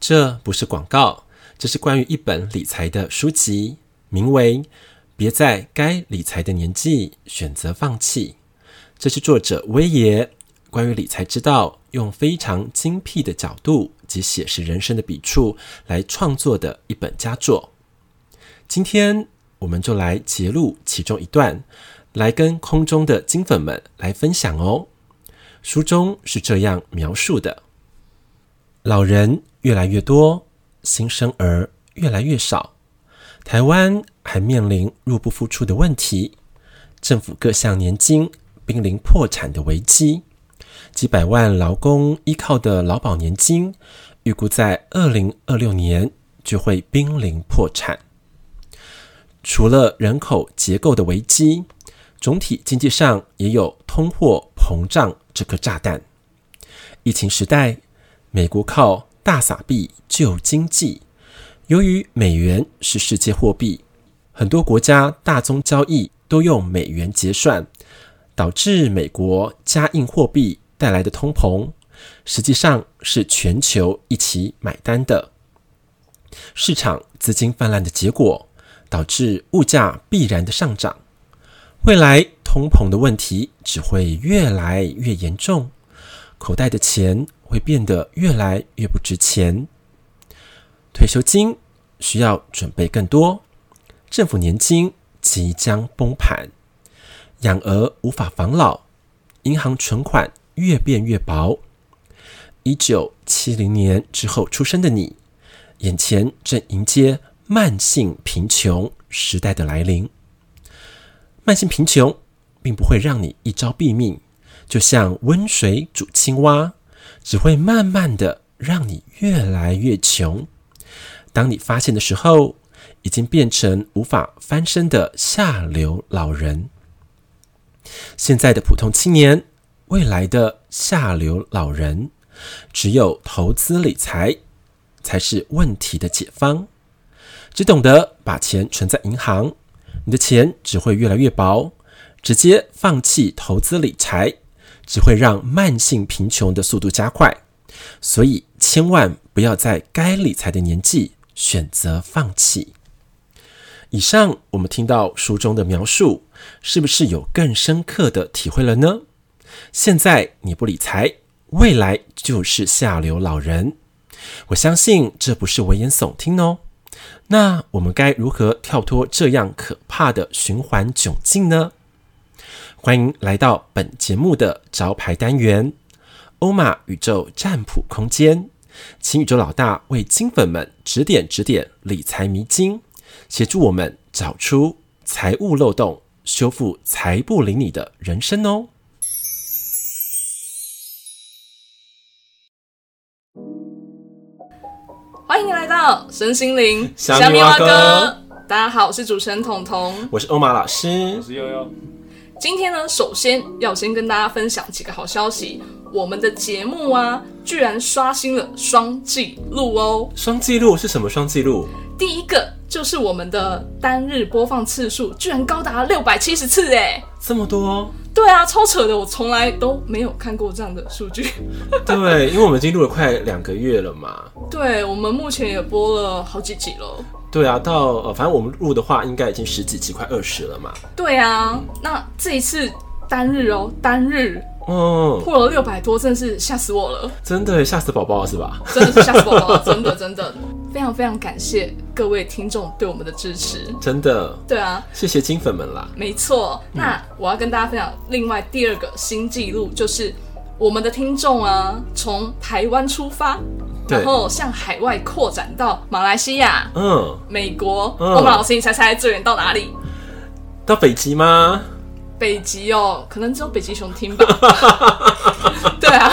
这不是广告，这是关于一本理财的书籍，名为《别在该理财的年纪选择放弃》。这是作者威爷关于理财之道，用非常精辟的角度及写实人生的笔触来创作的一本佳作。今天我们就来截录其中一段，来跟空中的金粉们来分享哦。书中是这样描述的：老人越来越多，新生儿越来越少，台湾还面临入不敷出的问题，政府各项年金濒临破产的危机，几百万劳工依靠的劳保年金，预估在二零二六年就会濒临破产。除了人口结构的危机，总体经济上也有通货膨胀这颗炸弹。疫情时代，美国靠大撒币救经济。由于美元是世界货币，很多国家大宗交易都用美元结算，导致美国加印货币带来的通膨，实际上是全球一起买单的。市场资金泛滥的结果，导致物价必然的上涨。未来通膨的问题只会越来越严重，口袋的钱会变得越来越不值钱。退休金需要准备更多，政府年金即将崩盘，养儿无法防老，银行存款越变越薄。一九七零年之后出生的你，眼前正迎接慢性贫穷时代的来临。慢性贫穷并不会让你一朝毙命，就像温水煮青蛙，只会慢慢的让你越来越穷。当你发现的时候，已经变成无法翻身的下流老人。现在的普通青年，未来的下流老人，只有投资理财才是问题的解方。只懂得把钱存在银行，你的钱只会越来越薄。直接放弃投资理财，只会让慢性贫穷的速度加快。所以，千万不要在该理财的年纪选择放弃。以上我们听到书中的描述，是不是有更深刻的体会了呢？现在你不理财，未来就是下流老人。我相信这不是危言耸听哦。那我们该如何跳脱这样可怕的循环窘境呢？欢迎来到本节目的招牌单元——欧玛宇宙占卜空间，请宇宙老大为金粉们指点指点理财迷津，协助我们找出财务漏洞，修复财不理你的人生哦。欢迎来到神心灵虾米蛙哥大家好，我是主持人彤彤。我是欧玛老师我，是悠悠，今天呢，首先要先跟大家分享几个好消息，我们的节目啊，居然刷新了双季录哦。双记录是什么双记录？第一个就是我们的单日播放次数居然高达六百七十次，哎，这么多哦、对啊，超扯的，我从来都没有看过这样的数据。 对，因为我们已经录了快两个月了嘛。对我们目前也播了好几集了。对啊，到呃，反正我们录的话，应该已经十几集，快二十了嘛。对啊，那这一次单日哦，单日嗯，破了六百多，真的是吓死我了。真的耶吓死宝宝了是吧？真的是吓死我了，真的真的，非常非常感谢各位听众对我们的支持。真的，对啊，谢谢金粉们啦。没错。那嗯我要跟大家分享另外第二个新纪录，就是我们的听众啊，从台湾出发，对然后向海外扩展到马来西亚、嗯，美国。嗯我们老师，你猜猜最远到哪里？到北极吗？北极哦，可能只有北极熊 听吧。对啊，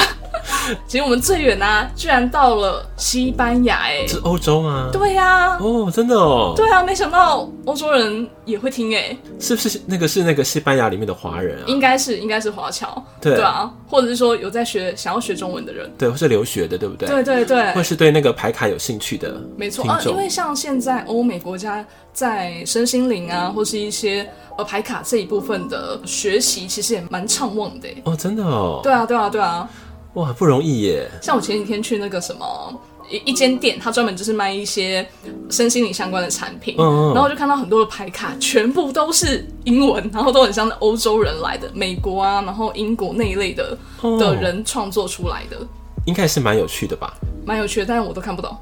其实我们最远啊，居然到了西班牙哎、是欧洲吗？对呀、哦，真的哦。对啊，没想到欧洲人也会听诶、是不是那个是那个西班牙里面的华人啊？应该是应该是华侨，对啊，或者是说有在学想要学中文的人，对，或是留学的，对不对？对对或对，是对那个牌卡有兴趣的，没错听啊，因众为像现在欧美国家在身心灵嗯啊，或是一些呃牌卡这一部分的学习，其实也蛮畅旺的、欸。哦，真的哦。对啊，对啊，对啊，哇，不容易耶。像我前几天去那个什么。一一间店，它专门就是卖一些身心灵相关的产品。嗯嗯然后我就看到很多的牌卡，全部都是英文，然后都很像是欧洲人来的，美国啊，然后英国那一类的哦的人创作出来的，应该是蛮有趣的吧？蛮有趣的，但是我都 看不懂，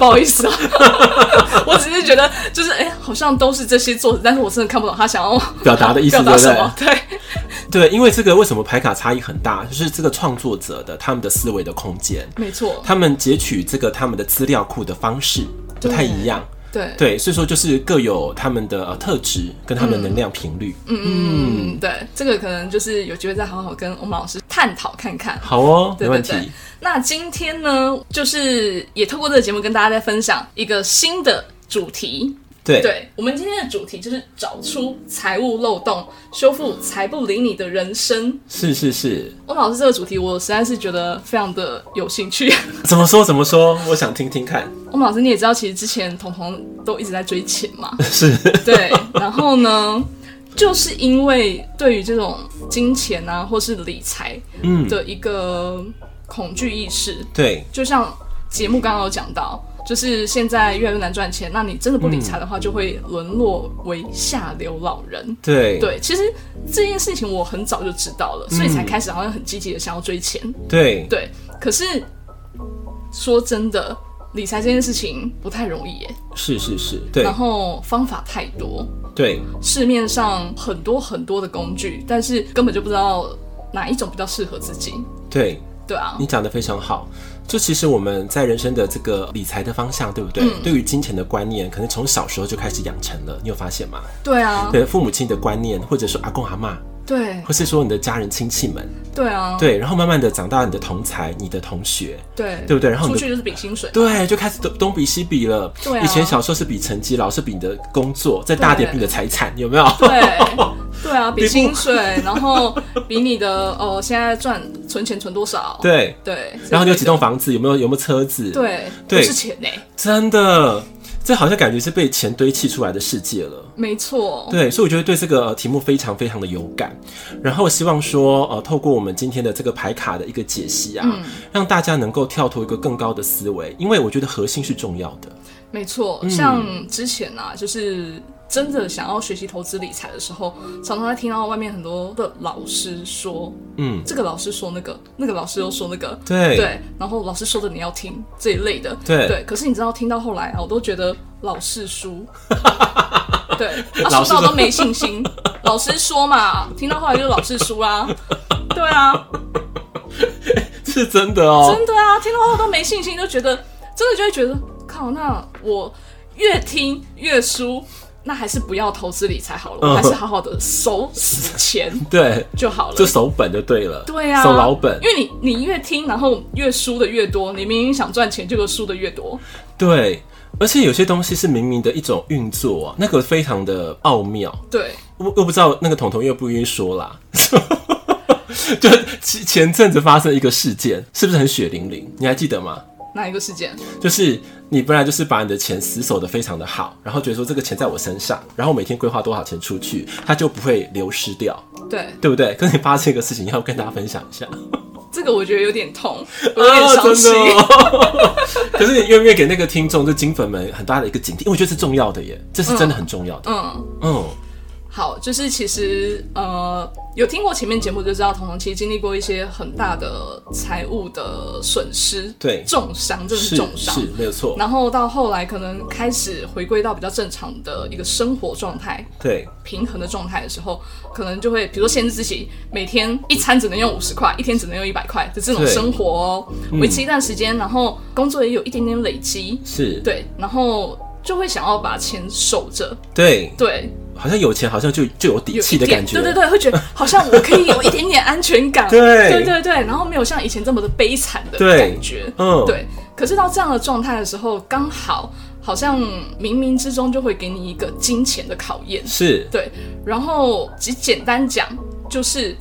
不好意思啊， 我只是觉得就是哎、好像都是这些作者，但是我真的看不懂他想要表达的意思， 表对达不什对？么，对。对，因为这个为什么牌卡差异很大，就是这个创作者的他们的思维的空间，没错，他们截取这个他们的资料库的方式不太一样。对，对，所以说就是各有他们的呃特质跟他们的能量频率。嗯，对，这个可能就是有机会再好好跟我们老师探讨看看。好哦， 对没对问题。对，那今天呢，就是也透过这个节目跟大家再分享一个新的主题。对对我们今天的主题就是找出财务漏洞，修复财不理你的人生。是是是，我老师这个主题，我实在是觉得非常的有兴趣。 怎么说怎么说，我想听听看。我们老师你也知道，其实之前彤彤都一直在追钱嘛， 是，对，然后呢，就是因为对于这种金钱啊，或是理财嗯，的一个恐惧意识，对，就像节目刚刚有讲到，就是现在越来越难赚钱，那你真的不理财的话，就会沦落为下流老人。对，对，其实这件事情我很早就知道嗯了，所以才开始好像很积极的想要追钱。对，对，可是说真的，理财这件事情不太容易耶，是是是，对然，后方法太多，对，市面上很多很多的工具，但是根本就不知道哪一种比较适合自己。对，对啊，你讲的非常好。就其实我们在人生的这个理财的方向，对不对？嗯对于金钱的观念，可能从小时候就开始养成了，你有发现吗？对啊，对父母亲的观念，或者说阿公阿妈，对或是说你的家人亲戚们，对啊，对，然后慢慢的长大，你的同才、你的同学，对对不对然后你出就去就是比薪水，对，就开始东东比西比了。对啊以前小时候是比成绩，老是比你的工作，再大一点对比你的财产，有没有？ 对对啊，比比不薪水，然后比你的哦现在赚存钱存多少，对。 对，然后你有就几栋房子，有没有有没有车子？，对对都是钱呢，真的，这好像感觉是被钱堆砌出来的世界了。没错，对，所以我觉得对这个呃题目非常非常的有感，然后希望说，呃，透过我们今天的这个牌卡的一个解析啊，嗯让大家能够跳脱一个更高的思维，因为我觉得核心是重要的。没嗯错，像之前啊，就是真的想要学习投资理财的时候，常常在听到外面很多的老师说，嗯，这个老师说那个，那个老师又说那个，对对，然后老师说的你要听这一类的，对对。可是你知道，听到后来啊，我都觉得老师 输，对，老师他说到说都没 信心。老师说嘛，听到后来就是老师输啦，对啊，哦是真的哦。真的啊，听到后来都没信心，就觉得真的就会觉得，靠，那我越听越输。那还是不要投资理财好了，我嗯还是好好的守死钱对，就好了。就守本就对了。对啊，守老本因。为你你越听，然后越输的越多，你明明想赚钱，结果输的越多。对，而且有些东西是明明的一种运作啊，那个非常的奥妙。对，我我不知道那个彤彤愿不愿意说啦。 就前前阵子发生一个事件，是不是很血淋淋？你还记得吗？哪一个事件？就是你本来就是把你的钱死守的非常的好，然后觉得说这个钱在我身上，然后每天规划多少钱出去，它就不会流失掉，对，对不对？可是你发生一个事情，要跟大家分享一下，这个我觉得有 点痛，我有点伤啊真心。 的、哦。 可是你愿不愿意给那个听众，就金粉们很大的一个警惕？因为我觉得是重要的耶，这是真的很重要的。嗯，嗯，好，就是其实呃，有听过前面节目就知道，彤彤其实经历过一些很大的财务的损失，对重伤，真的是是重伤是。没有错，然后到后来，可能开始回归到比较正常的一个生活状态，对平衡的状态的时候，可能就会比如说限制自己每天一餐只能用五十块，一天只能用一百块的这种对生活哦，维持一段时间，然后工作也有一点点累积，是，对，然后就会想要把钱守着，对，对，好像有钱好像就就有底有气一的点，感觉，对对对，会觉得好像我可以有一点点安全 感，对对对对，然后没有像以前这么的悲惨的对感觉，嗯对，可是到这样的状态的时候，刚好好像冥冥之中就会给你一个金钱的考验，是，对，然后只简单讲，就是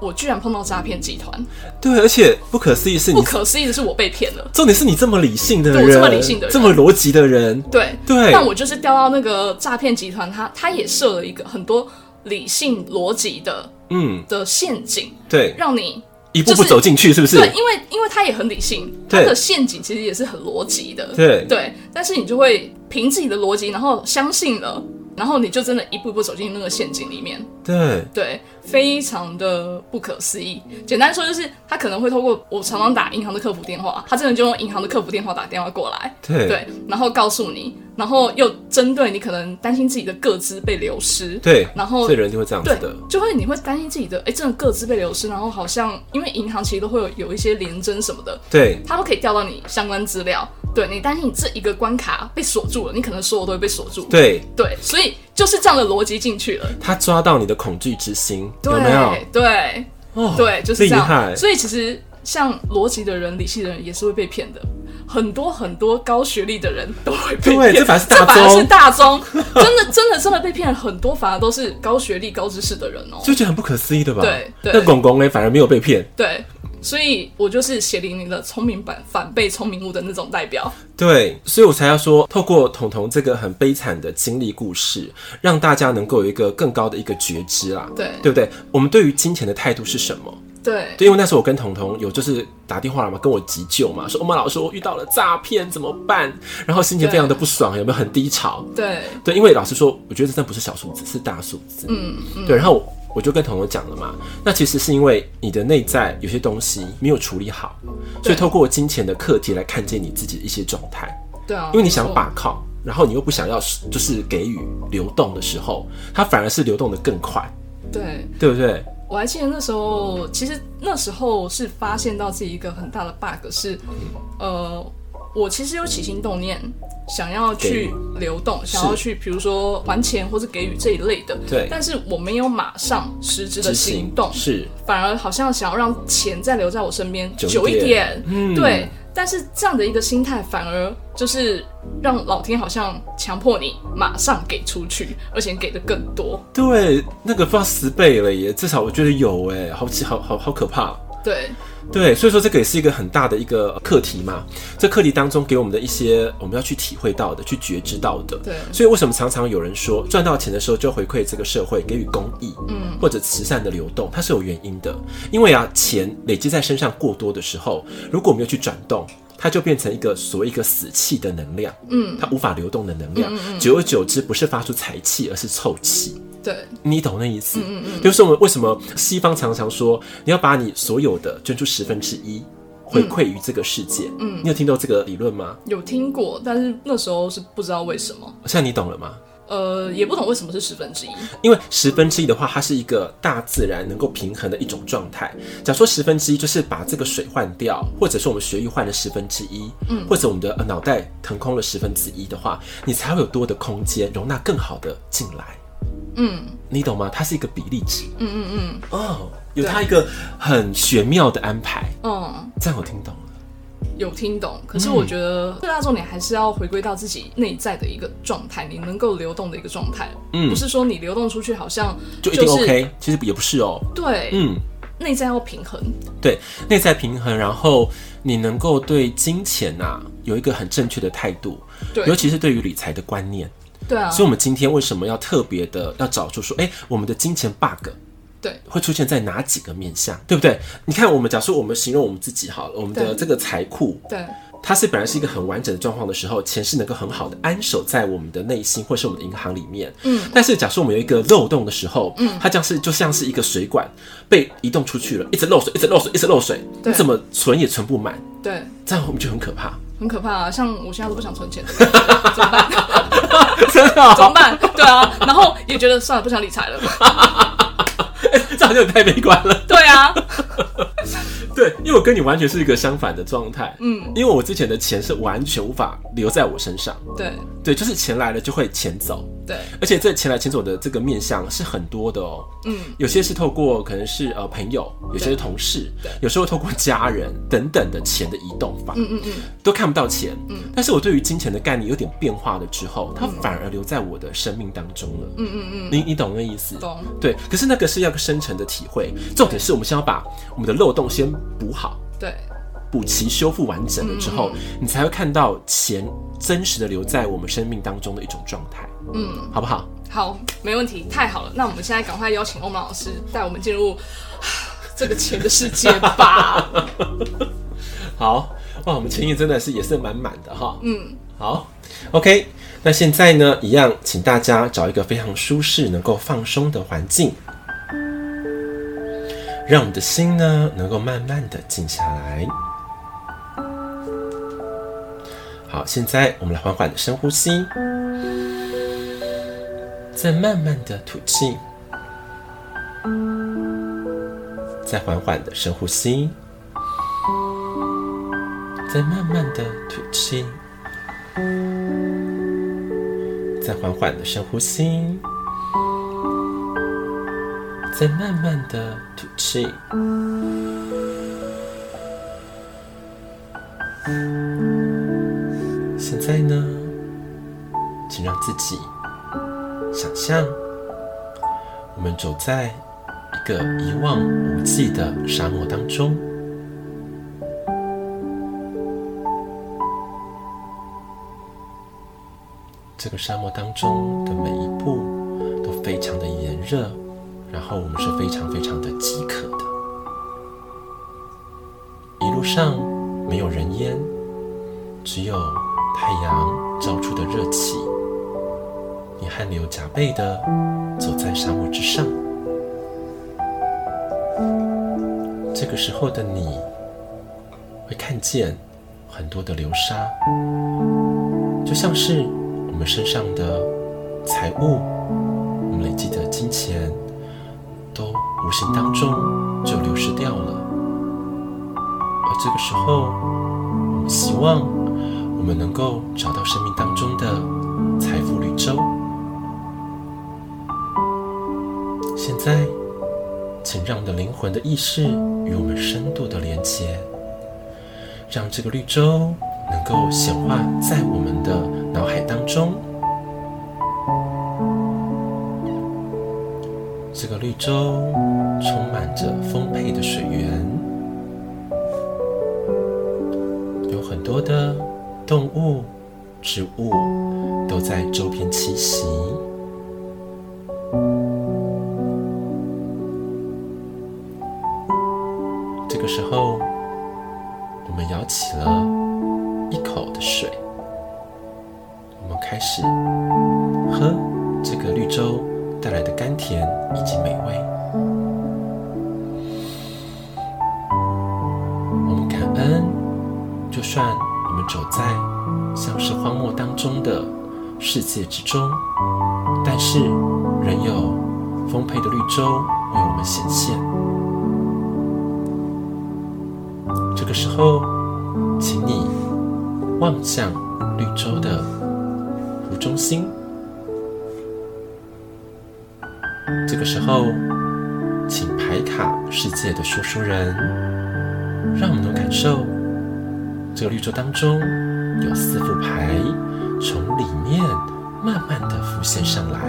我居然碰到诈骗集团，对，而且不可思议是你不，可思议的是我被骗了。重点是你这么理性的对人，我这么理性的人这么逻辑的人，对，对但我就是掉到那个诈骗集团，他他也设了一个很多理性逻辑的嗯，的陷阱，对，让你一步步就是走进去，是不是？对，因为因为他也很理性，他对的陷阱其实也是很逻辑的，对对。但是你就会凭自己的逻辑，然后相信了，然后你就真的一步一步走进那个陷阱里面，对对，非常的不可思议。简单说就是，他可能会透过我常常打银行的客服电话，他真的就用银行的客服电话打电话过来，对对，然后告诉你，然后又针对你可能担心自己的个资被流失，对，然后所以人就会这样子对的，，就会你会担心自己的，哎，真的各自被流失，然后好像因为银行其实都会有有一些连征什么的，对它都可以调到你相关资料。对你担心你这一个关卡被锁住了，你可能所有都会被锁住。对，对所以就是这样的逻辑进去了。他抓到你的恐惧之心，对有没有？对哦，对，就是这厉害样。所以其实像逻辑的人、理性的人也是会被骗的。很多很多高学历的人都会被对骗，这反而是大这宗是大宗，真的真的真的被骗很多，反而都是高学历、高知识的人哦。就觉得很不可思议的吧？对对那公公呢，反而没有被骗，对，所以我就是血淋淋的聪明反反被聪明误的那种代表。对，所以我才要说，透过彤彤这个很悲惨的经历故事，让大家能够有一个更高的一个觉知啦，对对不对？我们对于金钱的态度是什么？对对，因为那时候我跟彤彤有就是打电话嘛，跟我急救嘛，说欧哦妈老师我遇到了诈骗怎么办？然后心情非常的不爽，有没有很低潮？对对，因为老实说，我觉得这真的不是小数字，是大数字。嗯嗯。对，然后我就跟彤彤讲了嘛，那其实是因为你的内在有些东西没有处理好，所以对透过金钱的课题来看见你自己的一些状态，对啊，因为你没错想把靠，然后你又不想要就是给予流动的时候，它反而是流动的更快，对。对不对？我还记得那时候，其实那时候是发现到自己一个很大的 bug 是，呃，我其实有起心动念，想要给去流动，想要去比如说还钱或是给予这一类的，对但是我没有马上实质的执行动，是反而好像想要让钱再留在我身边久一久一点点，嗯对。但是这样的一个心态，反而就是让老天好像强迫你马上给出去，而且给的更多。对，那个不知道十倍了耶，至少我觉得有哎，好奇，好好好可怕。哦对对，所以说这个也是一个很大的一个课题嘛。这课题当中给我们的一些我们要去体会到的、去觉知到的。对所以为什么常常有人说赚到钱的时候就回馈这个社会，给予公益，嗯，或者慈善的流动，它是有原因的。因为啊，钱累积在身上过多的时候，如果没有去转动。它就变成一个所谓一个死气的能量，嗯，它无法流动的能量，久而久之不是发出财气，而是臭气，对你懂那意思？就是我们为什么西方常常说你要把你所有的捐出十分之一回馈于这个世界。嗯，你有听到这个理论吗？有听过，但是那时候是不知道为什么，现在你懂了吗？呃，也不懂为什么是十分之一。因为十分之一的话，它是一个大自然能够平衡的一种状态。假如说十分之一就是把这个水换掉，或者是我们血液换了十分之一，嗯，或者我们的呃脑袋腾空了十分之一的话，你才会有多的空间容纳更好的进来。嗯你懂吗？它是一个比例值嗯嗯哦，有它一个很玄妙的安排。嗯嗯，这样我听懂了。有听懂。可是我觉得嗯最大重点还是要回归到自己内在的一个状态，你能够流动的一个状态，嗯不是说你流动出去好像就一定是 OK，、其实也不是哦。对，嗯，内在要平衡。对，内在平衡，然后你能够对金钱啊有一个很正确的态度，对尤其是对于理财的观念。对啊，所以，我们今天为什么要特别的要找出说，哎、我们的金钱 bug 对会出现在哪几个面向，对不对？你看，我们假设我们形容我们自己好了，我们的对这个财库，对它是本来是一个很完整的状况的时候，钱是能够很好的安守在我们的内心或是我们的银行里面。嗯，但是假设我们有一个漏洞的时候，嗯，它将是就像是一个水管被移动出去了，一直漏水，一直漏水，一直漏水，你对怎么存也存不满，对，这样我们就很可怕。很可怕啊！像我现在都不想存钱， 怎么办？真的、怎么办？对啊，然后也觉得算了，不想理财了。 这样就太悲观了。对啊，对，因为我跟你完全是一个相反的状态。嗯，因为我之前的钱是完全无法留在我身上，对对，就是钱来了就会钱走。对而且这前来前走的这个面向是很多的哦，嗯，有些是透过可能是呃朋友，有些是同事对，有时候透过家人等等的钱的移动法，嗯嗯嗯，都看不到钱，嗯，但是我对于金钱的概念有点变化了之后，它反而留在我的生命当中了，嗯嗯嗯，你你懂那意思？懂。对，可是那个是要个深层的体会，重点是我们先要把我们的漏洞先补好，对补齐修复完整了之后，你才会看到钱真实的留在我们生命当中的一种状态，嗯，好不好？好，没问题，太好了。那我们现在赶快邀请欧曼老师带我们进入这个钱的世界吧。好，哇，我们情谊真的是也是满满的哈。嗯，好，OK，那现在呢，一样，请大家找一个非常舒适、能够放松的环境，让我们的心呢能够慢慢的静下来。好，现在我们来缓缓的深呼吸，再慢慢的吐气，再缓缓的深呼吸，再慢慢的吐气。再缓缓的深呼吸，再慢慢的吐气。现在呢，请让自己想象，我们走在一个一望无际的沙漠当中。这个沙漠当中的每一步都非常的炎热，然后我们是非常非常的饥渴的。一路上没有人烟，只有太阳照出的热气。你汗流浃背的走在沙漠之上。这个时候的你，会看见很多的流沙。就像是我们身上的财物，我们累积的金钱，都无形当中就流失掉了。而这个时候，我们希望我们能够找到生命当中的财富绿洲。现在，请让你的灵魂的意识与我们深度的连接。让这个绿洲能够显化在我们的脑海当中。这个绿洲充满着丰沛的水源，有很多的动物、植物都在周边栖息。这个时候，我们舀起了一口的水，我们开始喝这个绿洲带来的甘甜以及美味。我们感恩，就算我们走在像是荒漠当中的世界之中，但是仍有丰沛的绿洲为我们显现。这个时候，请你望向绿洲的湖中心。这个时候，请排卡世界的说书人，让我们能感受这个绿洲当中有四副牌从里面慢慢的浮现上来，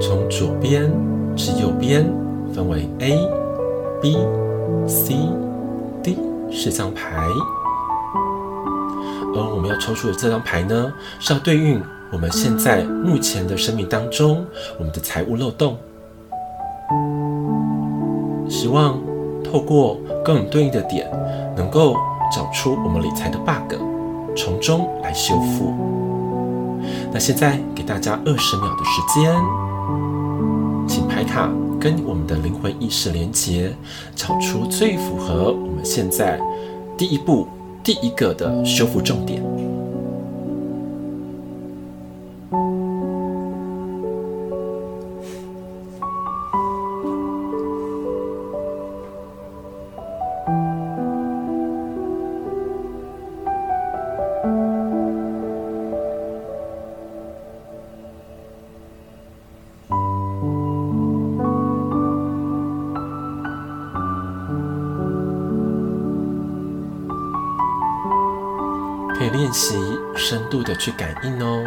从左边至右边分为 A、B、C、D 四张牌，而我们要抽出的这张牌呢，是要对应我们现在目前的生命当中我们的财务漏洞。希望透过跟我们对应的点，能够找出我们理财的 bug，从中来修复。那现在给大家二十秒的时间。请牌卡跟我们的灵魂意识连接，找出最符合我们现在第一步、第一个的修复重点。可以练习深度的去感应哦。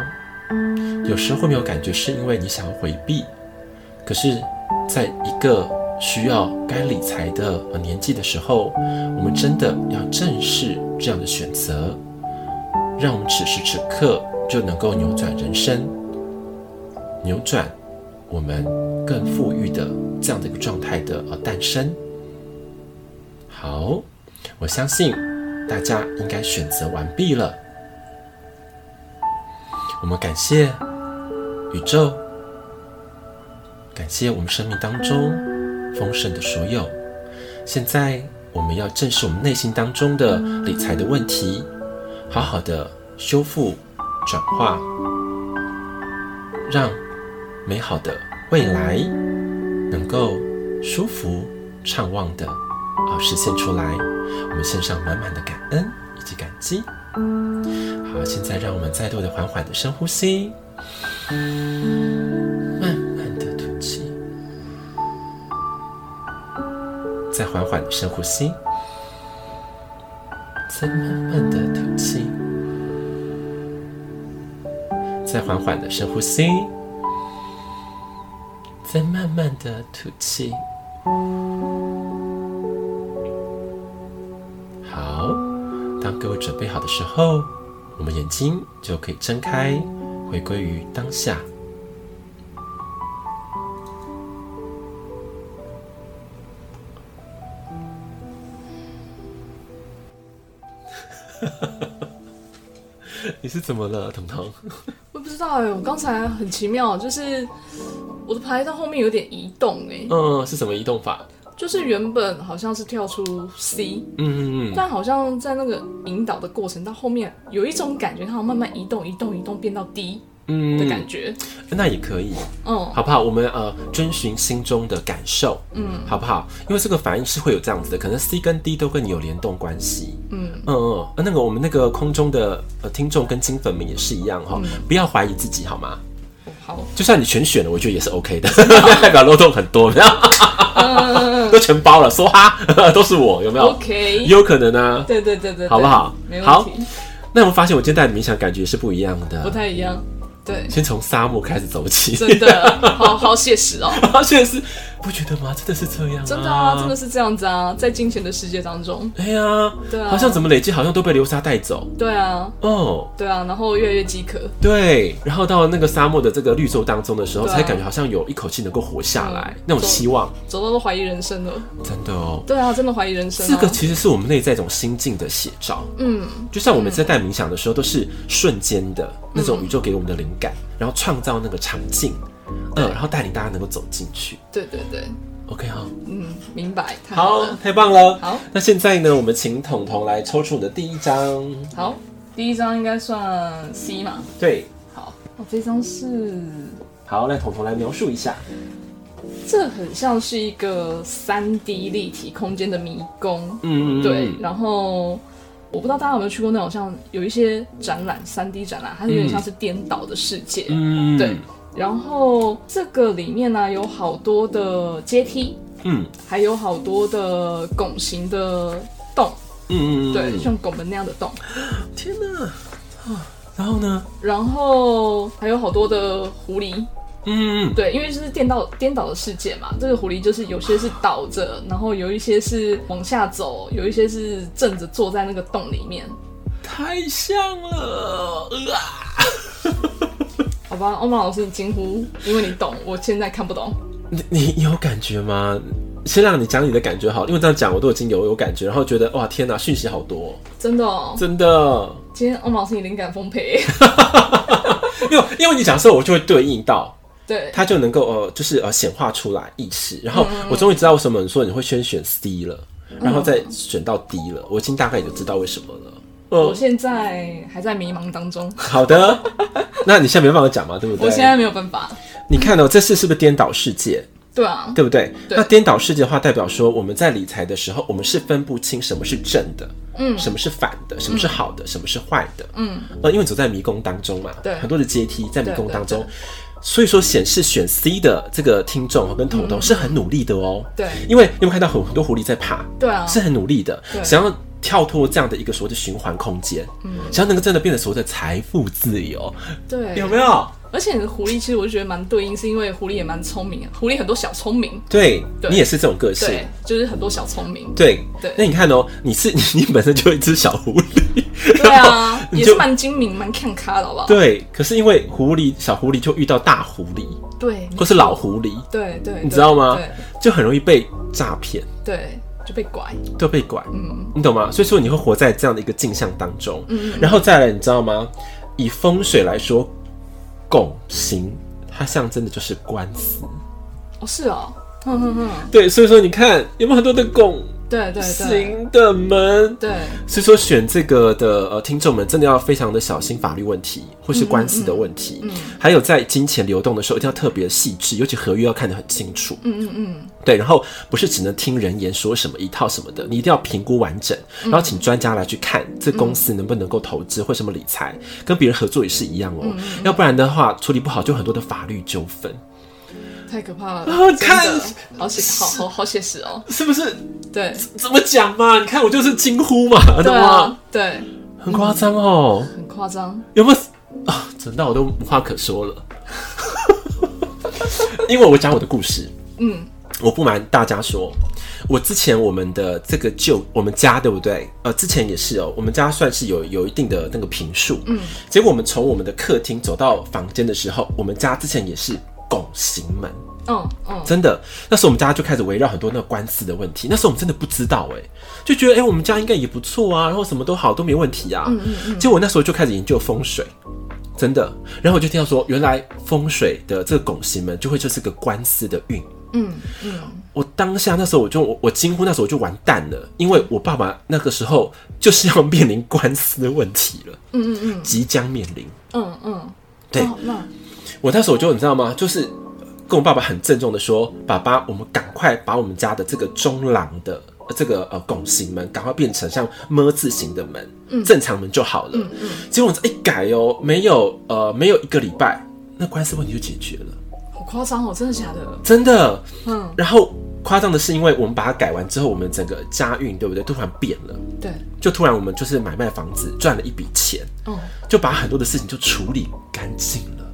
有时候没有感觉，是因为你想要回避。可是，在一个需要该理财的呃年纪的时候，我们真的要正视这样的选择，让我们此时此刻就能够扭转人生，扭转我们更富裕的这样的一个状态的呃诞生。好，好，我相信大家应该选择完毕了。我们感谢宇宙，感谢我们生命当中丰盛的所有。现在我们要正视我们内心当中的理财的问题，好好的修复、转化，让美好的未来能够舒服、畅旺的啊实现出来。我们献上满满的感恩以及感激。好，现在让我们再度的缓缓的深呼吸，慢慢的吐气，再缓缓的深呼吸，再慢慢的吐气，再缓缓的深呼吸，再慢慢的吐气。好，当各位准备好的时候，我们眼睛就可以睁开，回归于当下。 你是怎么了，彤彤？我不知道哎、我刚才很奇妙，就是我的牌到后面有点移动哎、嗯，是什么移动法？就是原本好像是跳出 C，嗯嗯嗯，但好像在那个引导的过程到后面有一种感觉，它好像慢慢移动、移动、移动变到 D 嗯的感觉。那也可以，嗯，好不好？我们呃遵循心中的感受，嗯，好不好？因为这个反应是会有这样子的，可能 C 跟 D 都跟你有联动关系，嗯嗯嗯，呃那个我们那个空中的呃听众跟金粉们也是一样嗯哈、不要怀疑自己好吗？哦好，就算你全选了，我觉得也是 OK 的，代表漏洞很多，没有嗯都全包了，说哈 都是我，有没有？ ，OK，也有可能啊。对对对对，对好不好没问好题，那我们发现我今天带的冥想感觉是不一样不的，太一样，对，先从沙漠开始走起， 真的，好好写实哦，确实不觉得吗？真的是这样、真的啊，真的是这样子啊，在金钱的世界当中，哎呀，对啊好像怎么累积，好像都被流沙带走。对啊，哦，对啊，然后越来越饥渴，对，然后到那个沙漠的这个绿洲当中的时候，对啊才感觉好像有一口气能够活下来嗯，那种希望，走到都怀疑人生了，真的哦。对啊，真的怀疑人生、啊，这个其实是我们内在一种心境的写照，嗯，就像我们在带冥想的时候，都是瞬间的那种宇宙给我们的灵感，然后创造那个场景，嗯，然后带领大家能够走进去。对对对， OK 哈，嗯，明白，太好好，了，太棒了。好，那现在呢，我们请彤彤来抽出你的第一张，好，第一张应该算 C 嘛，对，好，哦，这张是，好，来彤彤来描述一下。嗯这很像是一个三 D 立体空间的迷宫，嗯，嗯嗯对，然后。我不知道大家有没有去过那种像有一些展览，三 D 展览，它有点像是颠倒的世界，嗯，对，然后这个里面呢、有好多的阶梯，嗯还有好多的拱形的洞，嗯嗯，嗯对，，像拱门那样的洞，天哪，啊，然后呢，然后还有好多的狐狸，嗯，嗯对，因为就是颠倒颠倒的世界嘛，这个狐狸就是有些是倒着，然后有一些是往下走，有一些是正着坐在那个洞里面，太像了，呃啊好吧，欧曼老师你惊呼，因为你懂，我现在看不懂，你你你有感觉吗？先让你讲你的感觉好了，因为这样讲我都已经有有感觉，然后觉得哇天哪，讯息好多哦，真的、哦，真的，今天欧曼老师你灵感丰沛，因为因为你讲的时候我就会对应到， 对，嗯它就能够呃就是呃显化出来意识，然后我终于知道为什么你说你会先选 C 了，然后再选到 D 了，我已经大概就知道为什么了。我嗯，现在还在迷茫当中。好的， 那你现在没办法讲嘛，对不对？我现在没有办法。你看哦，这次是不是颠倒世界，对啊，对不对？对那颠倒世界的话，代表说我们在理财的时候，我们是分不清什么是正的，嗯，什么是反的，什么是好的，什么是坏的，嗯，呃，因为走在迷宫当中嘛，对很多的阶梯在迷宫当对中对。所以说，显示选 C 的这个听众跟彤彤是很努力的哦。嗯对因为你有没有看到很很多狐狸在爬，对啊，是很努力的，对想要跳脱这样的一个所谓的循环空间，嗯，想要能够真的变得所谓的财富自由，对，有没有？而且狐狸其实我就觉得蛮对应，是因为狐狸也蛮聪明，狐狸很多小聪明，对对你也是这种个性，对，就是很多小聪明，对对那你看哦，你是 你你本身就一只小狐狸，对啊，你也就是蛮精明、蛮看咖的，好不好？对。可是因为狐狸小狐狸就遇到大狐狸对，或是老狐狸，嗯对对，你知道吗对？就很容易被诈骗。对，就被拐。都被拐，嗯你懂吗？所以说你会活在这样的一个镜像当中，嗯然后再来，你知道吗？以风水来说，拱形它象征的就是官司，哦，是哦，哼哼哼，对，所以说你看有没有很多的拱对对对，形的门？对，所以说选这个的呃听众们真的要非常的小心法律问题或是官司的问题，嗯还有在金钱流动的时候一定要特别细致，尤其合约要看得很清楚。嗯嗯嗯，对，然后不是只能听人言说什么一套什么的，你一定要评估完整，嗯然后请专家来去看这公司能不能够投资或什么理财，跟别人合作也是一样嗯哦，要不然的话处理不好就很多的法律纠纷，太可怕了，啊真的看好写好好好写实哦，是不是？对，怎么讲嘛？你看我就是惊呼嘛，对懂吗？啊，对，很夸张哦，很夸张，有没有啊？整到我都无话可说了， 因为我讲我的故事，嗯，我不瞒大家说，我之前我们的这个旧我们家对不对？呃，之前也是哦，我们家算是有有一定的那个平数，嗯，结果我们从我们的客厅走到房间的时候，我们家之前也是拱形门，嗯嗯，真的，那时候我们家就开始围绕很多那个官司的问题。那时候我们真的不知道哎、就觉得哎、我们家应该也不错啊，然后什么都好，都没问题啊。嗯嗯嗯结果我那时候就开始研究风水，真的。然后我就听到说，原来风水的这个拱形门就会就是个官司的运。嗯嗯，我当下那时候我就我我惊呼，那时候我就完蛋了，因为我爸爸那个时候就是要面临官司的问题了，嗯嗯即将面临。嗯嗯嗯，对哦那我那时候就你知道吗？就是跟我爸爸很郑重的说：“爸爸，我们赶快把我们家的这个中廊的呃这个呃拱形门，赶快变成像么字形的门，正常门就好了。结果这一改哦，没有呃没有一个礼拜，那官司问题就解决了，好夸张哦，真的假的？真的。嗯，然后夸张的是，因为我们把它改完之后，我们整个家运对不对，突然变了，对，就突然我们就是买卖房子赚了一笔钱，嗯，就把很多的事情就处理干净了。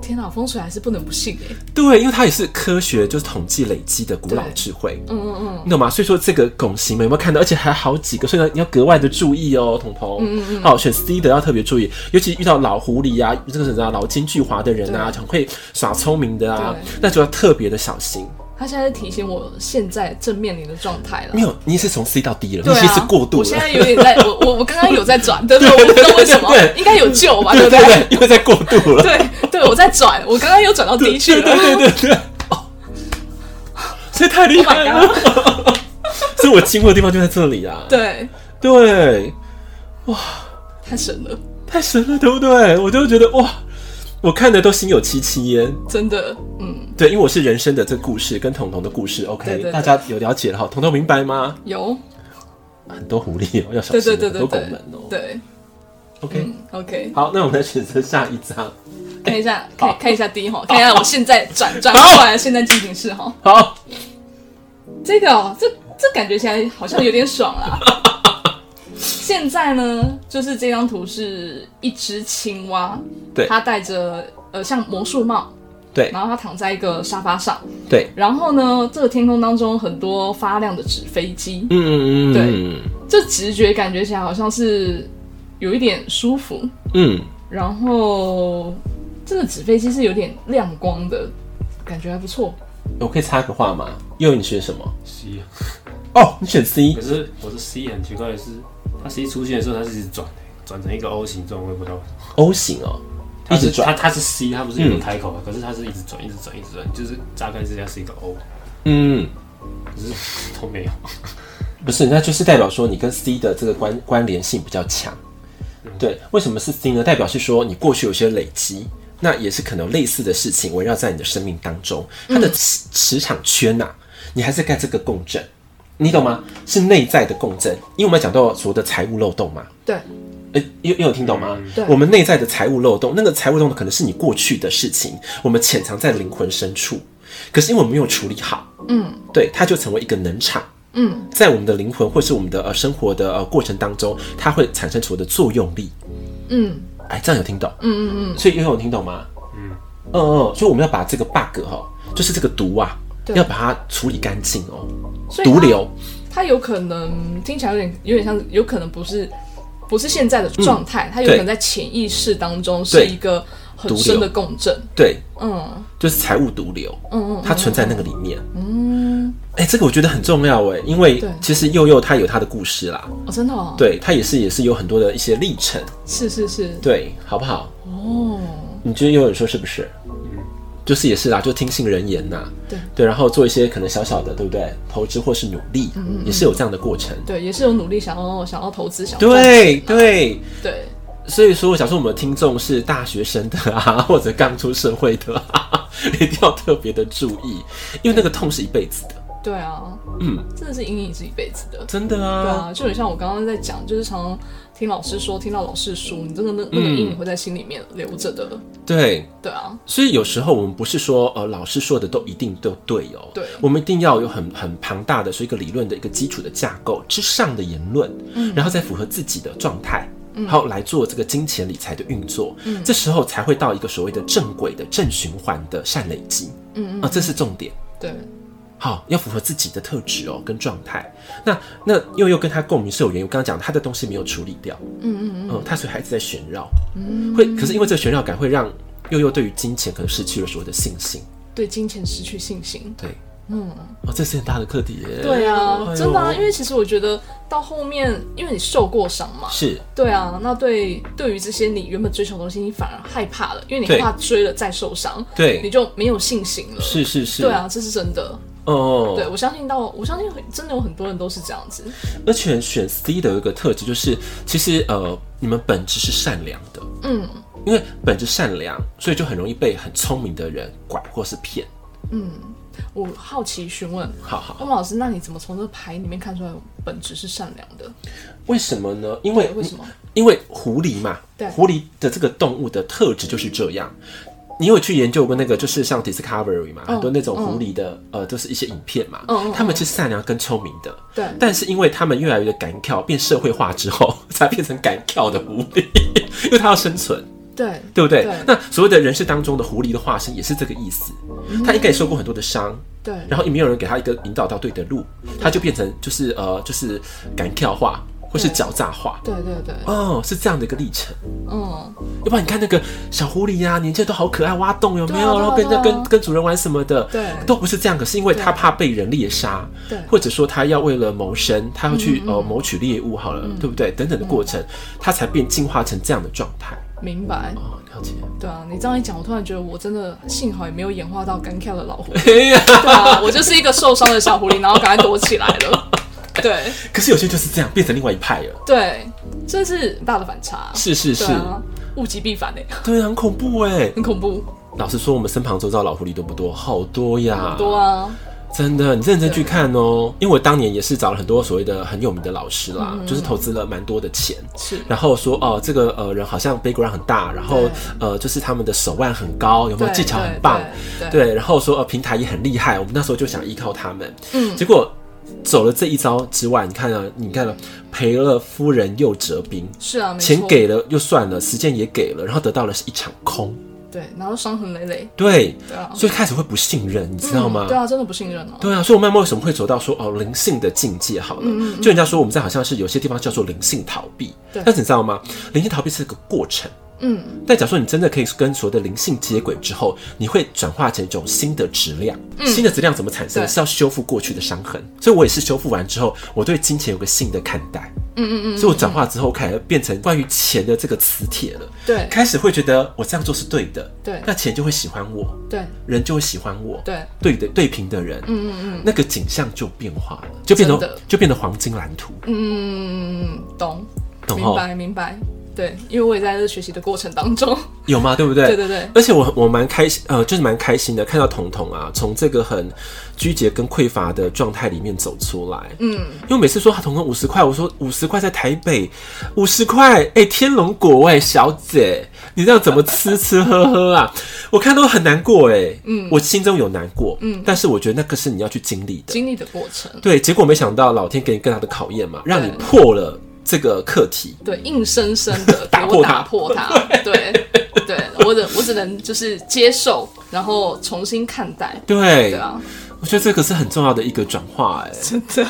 天哪，风水还是不能不信哎，对，因为它也是科学，就是统计累积的古老智慧，嗯嗯你懂吗？所以说这个拱形门有没有看到？而且还好几个，所以呢，你要格外的注意哦，彤彤。嗯嗯好，选 C 的要特别注意，尤其遇到老狐狸啊，这个什么啊老奸巨猾的人啊，对很会耍聪明的啊对，那就要特别的小心。嗯，他现在提醒我现在正面临的状态了没。有，你也是从 C 到 D 了，对你其实啊，过渡我了。 现在有点在，我我我刚刚有在转，对不对？我不知道为什么对对，对应该有救吧，对对不对对？对，因为在过渡了。对对，我在转，我刚刚又转到 D 去对了。对对对 对。哦，所以太厉 Oh 害 my 了。 god！所以我经过的地方就在这里啊。对，对。太神了，太神了，对不对？我就觉得哇，我看的都心有戚戚焉。真的，嗯，对，因为我是人生的这故事跟彤彤的故事，OK，对对对大家有了解了哈？彤彤明白吗？有，很多狐狸哦、要小对心对哦，对很多对拱对门哦、对 OK，、嗯，OK，好，那我们来选择下一张。看一下，好看看一下 D 哈，看一下我现在转转好过来的现在进行式哈，好，这个哦，这这感觉起来好像有点 爽啦。现在呢，就是这张图是一只青蛙，对它戴着呃像魔术帽，对然后它躺在一个沙发上，对，然后呢，这个天空当中很多发亮的纸飞机，嗯嗯嗯这直觉感觉起来好像是有一点舒服，嗯嗯，然后这个纸飞机是有点亮光的，感觉还不错。我可以插个话吗？又你选什么？ C，啊哦，你选 C 可。是我是 C 很奇怪的是，它 C 出现的时候它是一直转的，转成一个 O 形状，我也不知道为什么。 O 型哦，它一是直转它它是 C，它不是有嗯个开口的，可是它是一直转，一直转，一直转，就是乍看之下是一个 O，嗯，可是 都没有。不是，那就是代表说你跟 C 的这个关关联性比较强。对，为什么是 C 呢？代表是说你过去有些累积，那也是可能类似的事情围绕在你的生命当中，它的磁磁场圈呐、你还是盖这个共振，你懂吗？是内在的共振，因为我们讲到所谓的财务漏洞嘛。对，诶，有有听懂吗？对我们内在的财务漏洞，那个财务漏洞可能是你过去的事情，我们潜藏在灵魂深处，可是因为我们没有处理好，嗯，对，它就成为一个能场，嗯，在我们的灵魂或是我们的呃生活的呃过程当中，它会产生所谓的作用力。嗯哎，这样有听懂？嗯嗯嗯，所以悠悠有听懂吗？嗯嗯嗯，所以我们要把这个 bug 哈、就是这个毒啊，对啊要把它处理干净哦，所以毒它瘤。它有可能听起来有点有点像，有可能不是不是现在的状态，它有对可能在潜意识当中是一个很深的共振。对，嗯就是财务毒瘤，嗯嗯，它存在那个里面。嗯，哎、这个我觉得很重要哎，因为对其实佑佑他有他的故事啦，哦，真的哦，，对他也是也是有很多的一些历程，是是是，对，好不好？哦，你觉得佑佑说是不是？就是也是啦，就听信人言呐、对对，然后做一些可能小小的，对不对？投资或是努力，嗯也是有这样的过程。对，也是有努力想要想要投资，想要对对，赚对，所以说我想说，我们的听众是大学生的啊，或者刚出社会的、啊， 一定要特别的注意，因为那个痛是一辈子的，对啊，嗯，真的是阴影是一辈子的。真的对啊，啊，就很像我刚刚在讲，就是常常听老师说，听到老师说，你真的那那个嗯阴影会在心里面留着的。对。对啊，所以有时候我们不是说，呃，老师说的都一定都对哦，对我们一定要有很很庞大的说一个理论的一个基础的架构之上的言论，嗯然后再符合自己的状态，还有来做这个金钱理财的运作，嗯这时候才会到一个所谓的正轨的正循环的善累积，嗯啊、这是重点。对，好，要符合自己的特质哦，跟状态。那那又又跟他共鸣是有原因，我刚刚讲他的东西没有处理掉，嗯嗯嗯，嗯嗯，他所以还一直在旋绕，会可是因为这个旋绕感会让又又对于金钱可能失去了所谓的信心，对金钱失去信心。对，嗯，哦，这是很大的课题耶，对哎啊，呦真的啊，因为其实我觉得到后面，因为你受过伤嘛，是对啊，那对对于这些你原本追求的东西，你反而害怕了，因为你对怕追了再受伤，你对，就没有信心了。是是是，对，啊，这是真的。哦，对，我相信到，我相信很真的有很多人都是这样子。而且选 C 的有一个特质就是，其实呃，你们本质是善良的，嗯，因为本质善良，所以就很容易被很聪明的人拐或是骗。我好奇询问好好，欧盟老师，那你怎么从这牌里面看出来本质是善良的？为什么呢？因为对为什么？因为狐狸嘛，对狐狸的这个动物的特质就是这样。你有去研究过那个，就是像 Discovery 嘛，很多那种狐狸的，呃，就是一些影片嘛，嗯嗯嗯嗯他们是善良跟聪明的，对但是因为他们越来越敢跳，变社会化之后， 才变成敢跳的狐狸， 因为它要生存，对对不对？对那所谓的人世当中的狐狸的化身也是这个意思，嗯他应该也受过很多的伤，对，然后也没有人给他一个引导到对的路，他就变成就是呃就是敢跳化或是对狡诈化，对对对，哦，是这样的一个历程。嗯，要不然你看那个小狐狸呀、年轻人都好可爱，挖洞有没对啊有？对啊然后跟对着啊跟跟主人玩什么的，对都不是这样。可是因为他怕被人猎杀对，嗯或者说他要为了谋生，他要去呃谋取猎物，好了，对不对？等等的过程，他才变进化成这样的状态。明白。哦，了解。对啊，你这样一讲，我突然觉得我真的幸好也没有演化到干跳的老狐狸。哎呀，对啊，我就是一个受伤的小狐狸，然后赶快躲起来了。对 可是有些就是这样变成另外一派了。对，啊这是很大的反差。是是是对，啊，物极必反哎、对啊，很恐怖哎。很恐怖，老实说，我们身旁周遭老狐狸多不多？好多呀，多啊，真的，你认真去看哦。因为我当年也是找了很多所谓的很有名的老师啦，嗯就是投资了蛮多的钱。是然后说哦、这个呃人好像 background 很大，然后对呃就是他们的手腕很高，有没有对技巧很对棒？对对对，然后说呃平台也很厉害，我们那时候就想依靠他们，嗯结果走了这一招之外，你看啊，你看了赔了夫人又折兵，是啊，没错钱给了又算了，时间也给了，然后得到了是一场空，对，然后伤痕累累，对，对啊，所以开始会不信任，你知道吗？嗯对啊，真的不信任啊，对啊，所以我慢慢为什么会走到说哦灵性的境界好嗯了？就人家说我们在好像是有些地方叫做灵性逃避，对但是你知道吗？灵性逃避是个过程。嗯但假如说你真的可以跟所有的灵性接轨之后，你会转化成一种新的质量。新的质量怎么产生？嗯对是要修复过去的伤痕。所以我也是修复完之后，我对金钱有个新的看待。嗯嗯嗯，所以我转化之后，开始变成关于钱的这个磁铁了。对开始会觉得我这样做是对的，对那钱就会喜欢我，对人就会喜欢我，对，对的对平的人，嗯嗯那个景象就变化了，就变成真的就变成黄金蓝图。嗯嗯，懂，懂明白明白，对，因为我也在这学习的过程当中，有吗？对不对？对对对而且我我蛮开心，呃，就是蛮开心的，看到彤彤啊，从这个很拘结跟匮乏的状态里面走出来。嗯，因为每次说啊彤彤五十块，我说五十块在台北，五十块，哎、天龙果哎、小姐，你这样怎么吃吃喝喝啊？ 我看都很难过哎、嗯，我心中有难过，嗯，但是我觉得那个是你要去经历的。经历的过程，对，结果没想到老天给你更大的考验嘛，让你对破了这个课题。对，硬生生 的给打破我它嗯打破它， 对对，我只我只能就是接受，然后重新看待，对，对啊，我觉得这个是很重要的一个转化、哎，真的，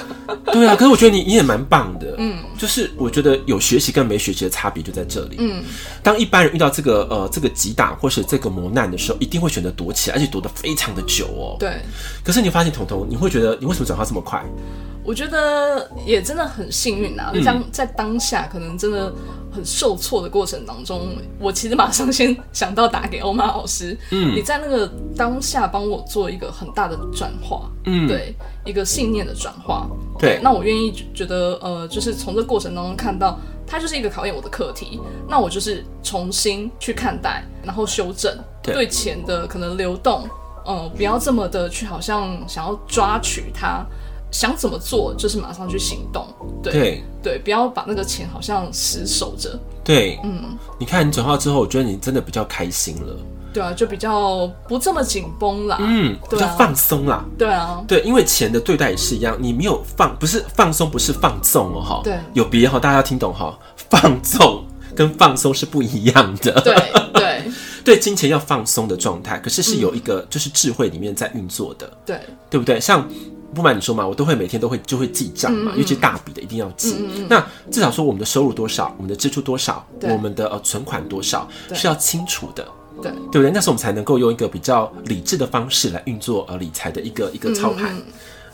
对啊。可是我觉得你你也蛮棒的，嗯，就是我觉得有学习跟没学习的差别就在这里。嗯，当一般人遇到这个呃这个击打或是这个磨难的时候，一定会选择躲起来，而且躲得非常的久哦。。对，可是你发现彤彤，你会觉得你为什么转化这么快？我觉得也真的很幸运啊！就当、在当下可能真的很受挫的过程当中，我其实马上先想到打给欧玛老师，嗯，你在那个当下帮我做一个很大的转化，嗯，对，一个信念的转化，对那我愿意觉得呃，就是从这过程当中看到，它就是一个考验我的课题，那我就是重新去看待，然后修正对对钱的可能流动，呃，不要这么的去好像想要抓取它，想怎么做就是马上去行动，对对对不要把那个钱好像死守着，对，嗯，你看你转化之后，我觉得你真的比较开心了，对啊，就比较不这么紧绷啦，嗯，比对较啊放松啦。对啊，对，因为钱的对待也是一样，你没有放，不是放松，不是放纵哦，哈，对有别哈，大家要听懂哈， 放纵跟放松是不一样的，对对 对，金钱要放松的状态，可是是有一个就是智慧里面在运作的，对，对不对？像不瞒你说嘛，我都会每天都会就会记账嗯嘛，尤其大笔的一定要记。那至少说我们的收入多少，我们的支出多少，对我们的呃存款多少对是要清楚的。对对不对？那时候我们才能够用一个比较理智的方式来运作呃理财的一个嗯一个操盘。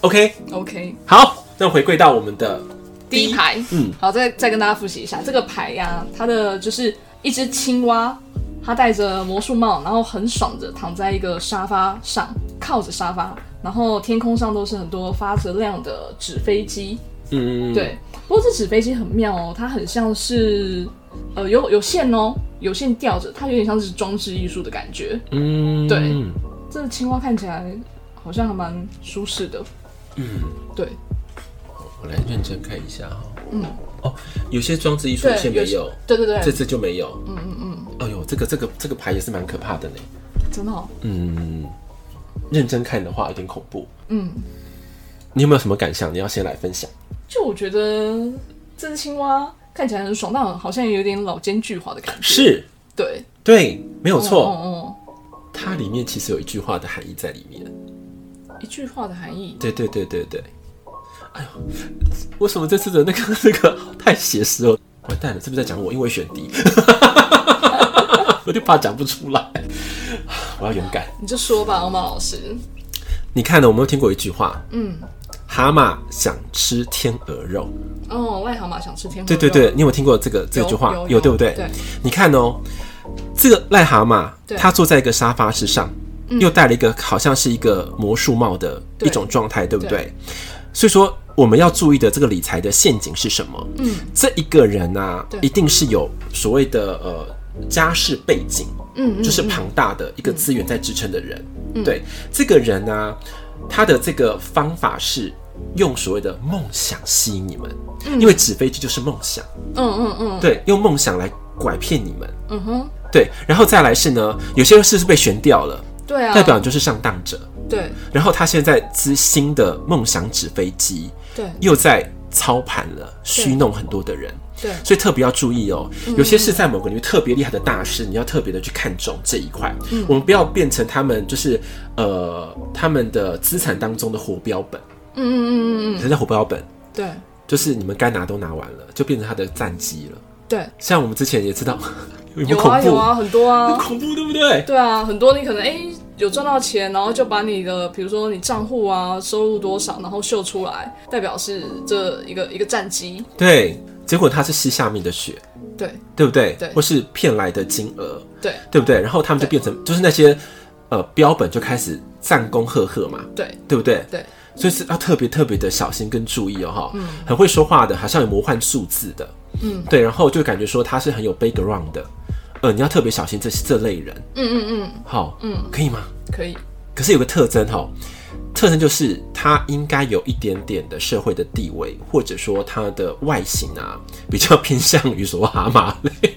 OK， ，OK。好，那回归到我们的第一排，嗯嗯，好，再再跟大家复习一下这个牌呀、它的就是一只青蛙，它戴着魔术帽，然后很爽着躺在一个沙发上，靠着沙发，然后天空上都是很多发着亮的纸飞机，嗯，对，不过这纸飞机很妙哦，它很像是呃有有线哦，有线吊着，它有点像是装置艺术的感觉。嗯，对这青蛙看起来好像还蛮舒适的，嗯，对，我来认真看一下哈、嗯，哦，有些装置艺术对线没些有，对对对，这次就没有。嗯嗯嗯。哎呦，这个这个这个牌也是蛮可怕的呢。真的、哦，嗯，认真看的话有点恐怖。嗯。你有没有什么感想？你要先来分享。就我觉得这只青蛙看起来很爽，但好像也有点老奸巨猾的感觉。，是对，对，没有不错。哦哦它里面其实有一句话的含义在里面。一句话的含义。对对对对对。哎呦，为什么这次的那个 那个太写实了？完蛋了，是不是在讲我？因为我选 D，我就怕讲不出来。我要勇敢。你就说吧，欧玛老师。你看呢？我们有听过一句话，嗯，蛤蟆想吃天鹅肉。哦，癞蛤蟆想吃天鹅对肉。对对，你有没有听过这个这有，句话？有对不对？对，你看哦，这个癞蛤蟆，对嗯它坐在一个沙发之上，又戴了一个好像是一个魔术帽的一对种状态，对不对对？所以说，我们要注意的这个理财的陷阱是什么？嗯，这一个人啊对，一定是有所谓的呃家世背景，嗯嗯，嗯就是庞大的一个资源在支撑的人。对，这个人呢、他的这个方法是用所谓的梦想吸引你们，因为纸飞机就是梦想，嗯嗯嗯，对，用梦想来拐骗你们。嗯哼，对，然后再来是呢，有些是被悬掉了，对啊，代表你就是上当者。对然后他现在之新的梦想纸飞机对又在操盘了，虚弄很多的人，对所以特别要注意哦。嗯有些是在某个领域特别厉害的大师，你要特别的去看重这一块。嗯我们不要变成他们就是呃他们的资产当中的活标本，嗯嗯嗯嗯嗯，人家活标本对就是你们该拿都拿完了，就变成他的战绩了。对，像我们之前也知道， 有没有有恐啊怖？有啊，很多 啊很，恐怖对不对？对啊，很多你可能哎、有赚到钱，然后就把你的比如说你账户啊收入多少，然后秀出来，代表是这一个一个战绩。对，结果他是吸下面的血，对对不对？对或是骗来的金额，对对不对？然后他们就对变成就是那些呃标本就开始战功赫赫嘛，对对不对？对所以是要特别特别的小心跟注意哦，哈，很会说话的，好像有魔幻数字的，嗯，对，然后就感觉说他是很有 background 的，呃，你要特别小心这这类人，嗯嗯嗯，好，嗯，可以吗？可以。可是有个特征哈、特征就是他应该有一点点的社会的地位，或者说他的外形啊， 比较偏向于所谓蛤蟆类，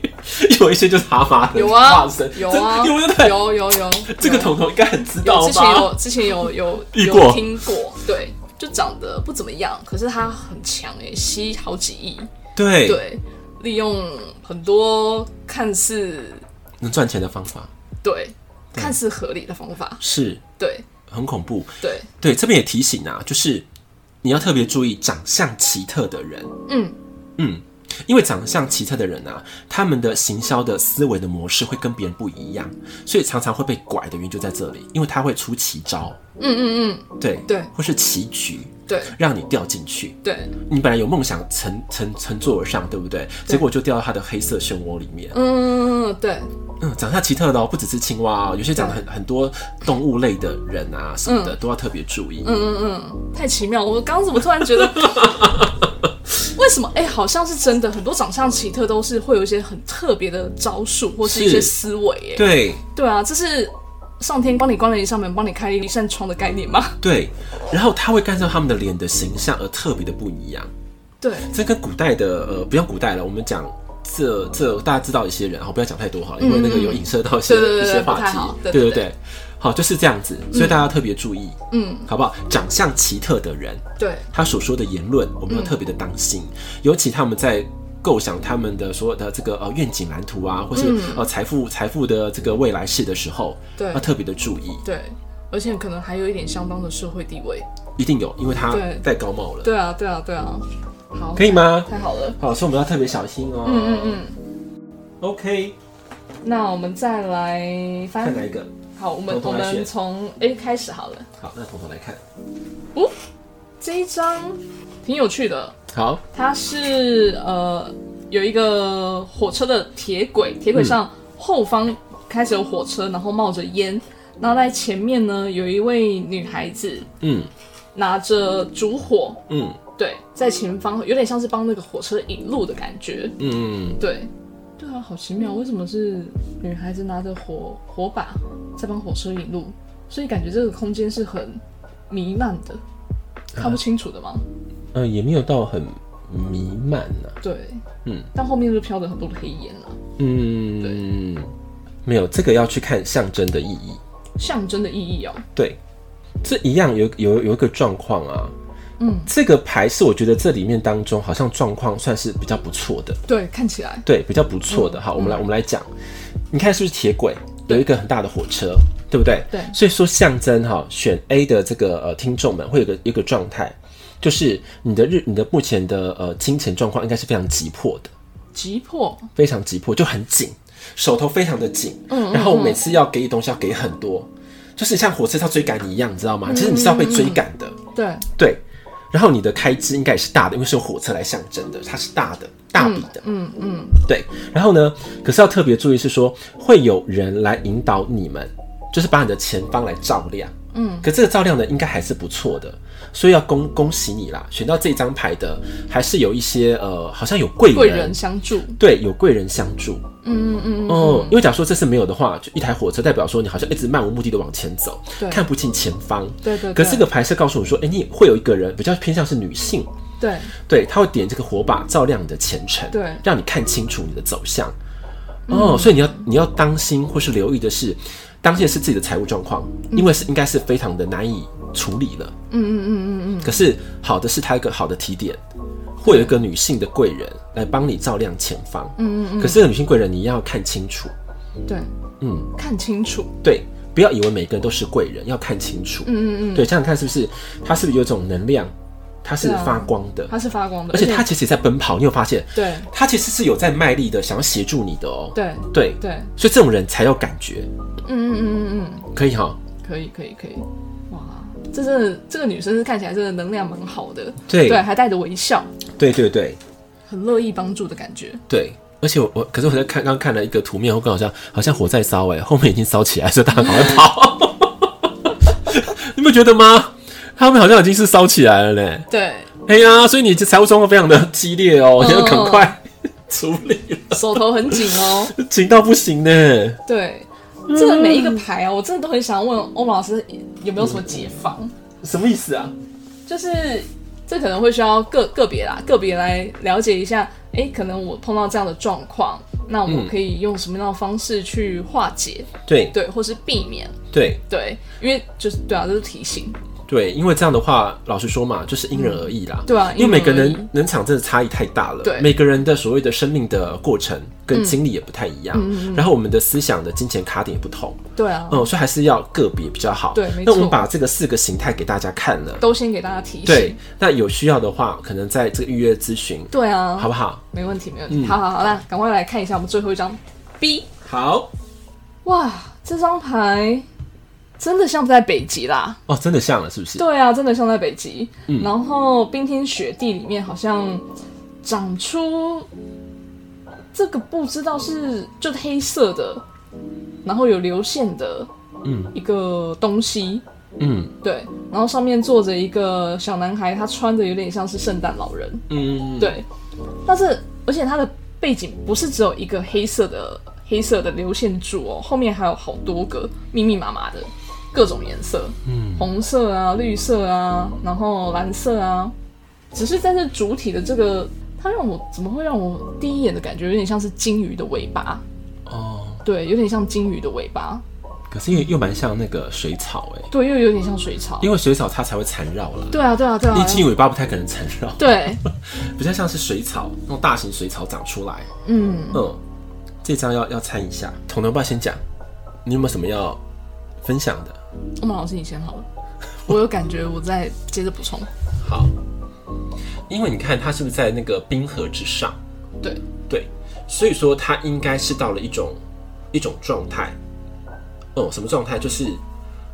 有一些就是蛤蟆的有啊化身，有啊，真有对不对？有有有，这个有彤彤应该很知道有之前吧？有之前有有遇过有听过，对，就长得不怎么样，可是他很强哎、吸好几亿，对，对，利用很多看似能赚钱的方法对看似合理的方法，是对很恐怖。对，对，这边也提醒啊，就是你要特别注意长相奇特的人，嗯因为长相奇特的人啊，他们的行销的思维的模式会跟别人不一样，所以常常会被拐的原因就在这里，因为他会出奇招，嗯嗯嗯，对对或是棋局，对让你掉进去。对，你本来有梦想乘乘乘坐而上，对不对？结果就掉到他的黑色漩涡里面。嗯对嗯，长相奇特的哦，不只是青蛙哦，有些长得很很多动物类的人啊什么的、都要特别注意。嗯，太奇妙了！我刚刚怎么突然觉得？为什么？哎、好像是真的，很多长相奇特都是会有一些很特别的招数，或是一是些思维。哎，对对啊，这是上天帮你关了一扇门，帮你开了一扇窗的概念吗？对，然后他会干涉他们的脸的形象而特别的不一样。对，这跟古代的呃，不要古代了，我们讲这这大家知道一些人，好，不要讲太多好了，因为那个有影射到一些、嗯对对对一对些话不太题好，对对对对对。好，就是这样子，所以大家特别注意，嗯，好不好？长相奇特的人，对，他所说的言论，我们要特别的当心，嗯尤其他们在。构想他们的所有的这个呃愿景蓝图啊，或是、呃财富财富的这个未来式的时候，嗯对要特别的注意，对，而且可能还有一点相当的社会地位。一定有，因为他对戴高帽了，对啊，对啊，对啊。好，可以吗？太好了。好，所以我们要特别小心哦。嗯嗯嗯。 OK，那我们再来翻看哪一个？好，我们从头我来选们从 A 开始好了。好，那从头来看。这一张挺有趣的，好，它是呃有一个火车的铁轨，铁轨上后方开始有火车，然后冒着烟，然后在前面呢有一位女孩子嗯拿着烛火，嗯对，在前方有点像是帮那个火车引路的感觉，嗯，对。对啊，好奇妙，为什么是女孩子拿着火火把在帮火车引路？所以感觉这个空间是很糜烂的，看不清楚的嘛。呃，也没有到很弥漫呐、对，嗯但后面就飘着很多的黑烟了，嗯，没有，这个要去看象征的意义。象征的意义哦。对，这一样有有有一个状况啊。嗯，这个牌是我觉得这里面当中好像状况算是比较不错的，对，看起来，对，比较不错的。好，我们来我们来讲，你看是不是铁轨有一个很大的火车，对不对？对所以说象征哈，选 A 的这个呃听众们会有个一个状态，就是你的日你的目前的呃金钱状况应该是非常急迫的，急迫，非常急迫，就很紧，手头非常的紧，嗯，然后每次要给你东西要给很多，就是像火车要追赶你一样，你知道吗？其实你是要被追赶的，对，对。然后你的开支应该也是大的，因为是用火车来象征的，它是大的、大笔的，嗯嗯，对。然后呢，可是要特别注意是说，会有人来引导你们，就是把你的前方来照亮，嗯。可这个照亮呢，应该还是不错的，所以要恭恭喜你啦，选到这张牌的还是有一些呃，好像有贵人，贵人相助，对，有贵人相助，嗯嗯嗯，哦，因为假如说这次没有的话，就一台火车代表说你好像一直漫无目的的往前走，对看不清前方。对对对可是这个牌是告诉我说，哎、你会有一个人比较偏向是女性，对对，她会点这个火把照亮你的前程，对让你看清楚你的走向。哦，所以你要你要当心或是留意的是，当心的是自己的财务状况，因为是应该是非常的难以处理了。嗯嗯嗯嗯嗯嗯。可是好的是它一个好的提点，会有一个女性的贵人来帮你照亮前方。嗯嗯嗯。可是这个女性贵人你要看清楚。对，嗯，看清楚，对，不要以为每个人都是贵人，要看清楚。嗯嗯嗯，对，想想看是不是它是不是有一种能量，它是对啊发光的，它是发光的，而且它其实也在奔跑。你有发现，对它其实是有在卖力的，想要协助你的哦。对对，对，所以这种人才有感觉，嗯嗯嗯嗯嗯，可以哈。可以可以可以，哇，这真的这个女生是看起来真的能量蛮好的，对对，还带着微笑，对对对很乐意帮助的感觉，对。而且我我，可是我在看刚看了一个图面，我刚好像好像火在烧哎、后面已经烧起来，所以大家赶快跑。 你们觉得吗？他们好像已经是烧起来了嘞。对，哎呀，所以你这财务状况非常的激烈哦，嗯我觉得赶快 处理了，手头很紧哦。紧到不行呢。 对，这个每一个牌啊，我真的都很想问欧盟老师有没有什么解方，什么意思啊？就是这可能会需要个个别啦，个别来了解一下。诶，可能我碰到这样的状况，那嗯我可以用什么样的方式去化解？对对，或是避免？对对，因为就是对啊，这是提醒。对，因为这样的话，老实说嘛，就是因人而异啦。对啊，因为每个因而人能场真的差异太大了，对嗯每个人的所谓的生命的过程跟经历也不太一样，然后我们的思想的金钱卡点也不同，异对啊，嗯，所以还是要个别比较好。对没那我们错把这个四个形态给大家看了，都先给大家提醒。对，那有需要的话，可能在这个预约咨询，对啊，好不嗯好？没问题，没问题。好好好，那赶快来看一下我们最后一张 B。好哇，这张牌真的像在北极啦！哦，真的像了，是不是？对啊，真的像在北极。然后冰天雪地里面好像长出这个不知道是就是黑色的，然后有流线的，嗯一个东西。嗯对，然后上面坐着一个小男孩，他穿的有点像是圣诞老人。嗯，对，但是而且它的背景不是只有一个黑色的黑色的流线柱哦，后面还有好多个密密麻麻的各种颜色，嗯，红色啊、绿色啊，然后蓝色啊，只是在这主体的这个，它让我怎么会让我第一眼的感觉有点像是鲸鱼的尾巴，哦，对，有点像鲸鱼的尾巴，可是又又蛮像那个水草哎、对，又有点像水草，因为水草它才会缠绕啦，对啊，对啊，对啊，一茎尾巴不太可能缠绕， 对，比较像是水草那种大型水草长出来。嗯。嗯，这张要要参一下，彤彤爸先讲，你有没有什么要分享的？我们老师你先好了，我有感觉，我再接着补充。好，因为你看它是不是在那个冰河之上？对，对，所以说它应该是到了一种一种状态。哦、什么状态？就是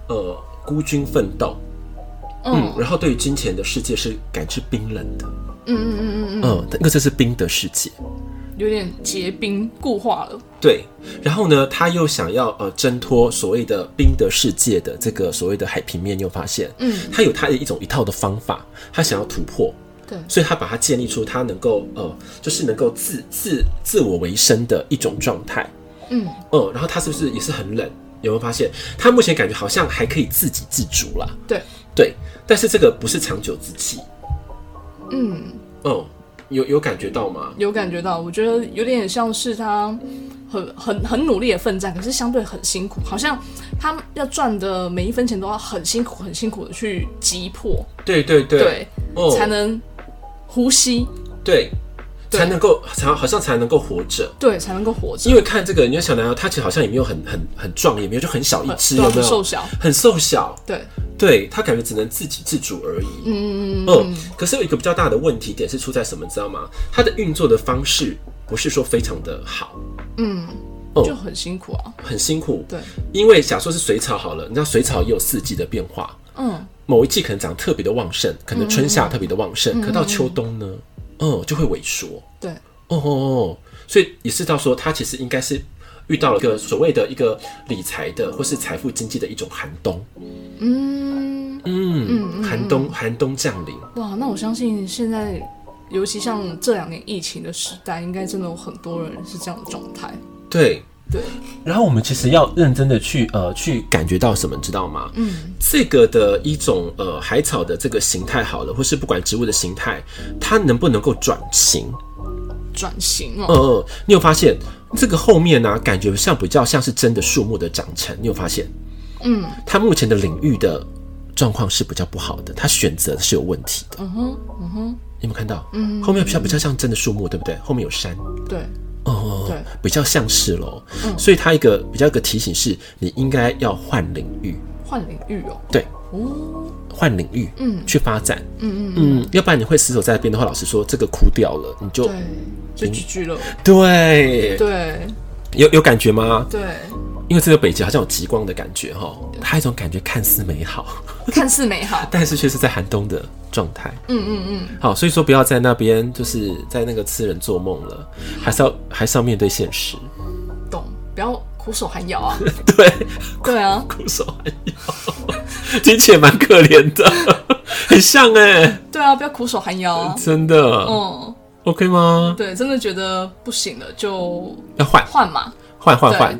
呃，孤军奋斗。嗯，然后对于金钱的世界是感知冰冷的。嗯嗯嗯嗯嗯。嗯，那个就是冰的世界。有点结冰固化了。对，然后呢，他又想要呃挣脱所谓的冰的世界的这个所谓的海平面，你有发现？嗯，他有他的一种一套的方法，他想要突破，对所以他把它建立出他能够呃，就是能够自自自我为生的一种状态。嗯，嗯，然后他是不是也是很冷？有没有发现他目前感觉好像还可以自给自足啦？对，对，但是这个不是长久之计。嗯，嗯，有有感觉到吗？有感觉到，我觉得有点像是他很很很努力的奋战，可是相对很辛苦，好像他要赚的每一分钱都要很辛苦、很辛苦的去击破，对对对，对，哦才能呼吸，对，对才能够才好像才能够活着。对，才能够活着因。为看这个，你就想到他其实好像也没有很很很壮，也没有就很小一只，对啊有没有？很瘦小，很瘦小，对，对他感觉只能自给自足而已。嗯，嗯，可是有一个比较大的问题点是出在什么，你知道吗？它的运作的方式不是说非常的好，哦就很辛苦啊，很辛苦。对，因为假说是水草好了，你知道水草也有四季的变化，嗯，某一季可能长得特别的旺盛，可能春夏特别的旺盛，嗯可到秋冬呢，嗯，就会萎缩。对，哦哦哦，所以也是到说，他其实应该是遇到了一个所谓的一个理财的或是财富经济的一种寒冬，嗯，嗯，寒冬寒冬降临，哇，那我相信现在，尤其像这两年疫情的时代，应该真的有很多人是这样的状态。对。对，然后我们其实要认真的去呃去感觉到什么，你知道吗？嗯，这个的一种呃海草的这个形态好了，或是不管植物的形态，它能不能够转型？转型哦，嗯嗯，你有发现这个后面呢、感觉像比较像是真的树木的长成，你有发现？嗯，它目前的领域的状况是比较不好的，它选择是有问题的。嗯哼，嗯哼，你有没有看到？嗯，后面比较比较像真的树木，对不对？后面有山，对，哦，对，比较像是咯。嗯所以它一个比较一个提醒是，你应该要换领域，换领域哦，对，哦，换领域，嗯去发展，嗯嗯，嗯，要不然你会死守在那边的话，老实说，这个枯掉了，你就对，就居居了，嗯对，对有有感觉吗？对，因为这个北极好像有极光的感觉哈，它有一种感觉看似美好， 看似美好，但是却是在寒冬的状态。嗯嗯嗯，好，所以说不要在那边就是在那个痴人做梦了，嗯还是要还是要面对现实。 懂，不要苦守寒窑啊，对，对啊，苦守寒窑， 听起来蛮可怜的， 很像哎、对啊，不要苦守寒窑啊，真的、嗯， OK 吗？对，真的觉得不行了就要换换嘛，换换对换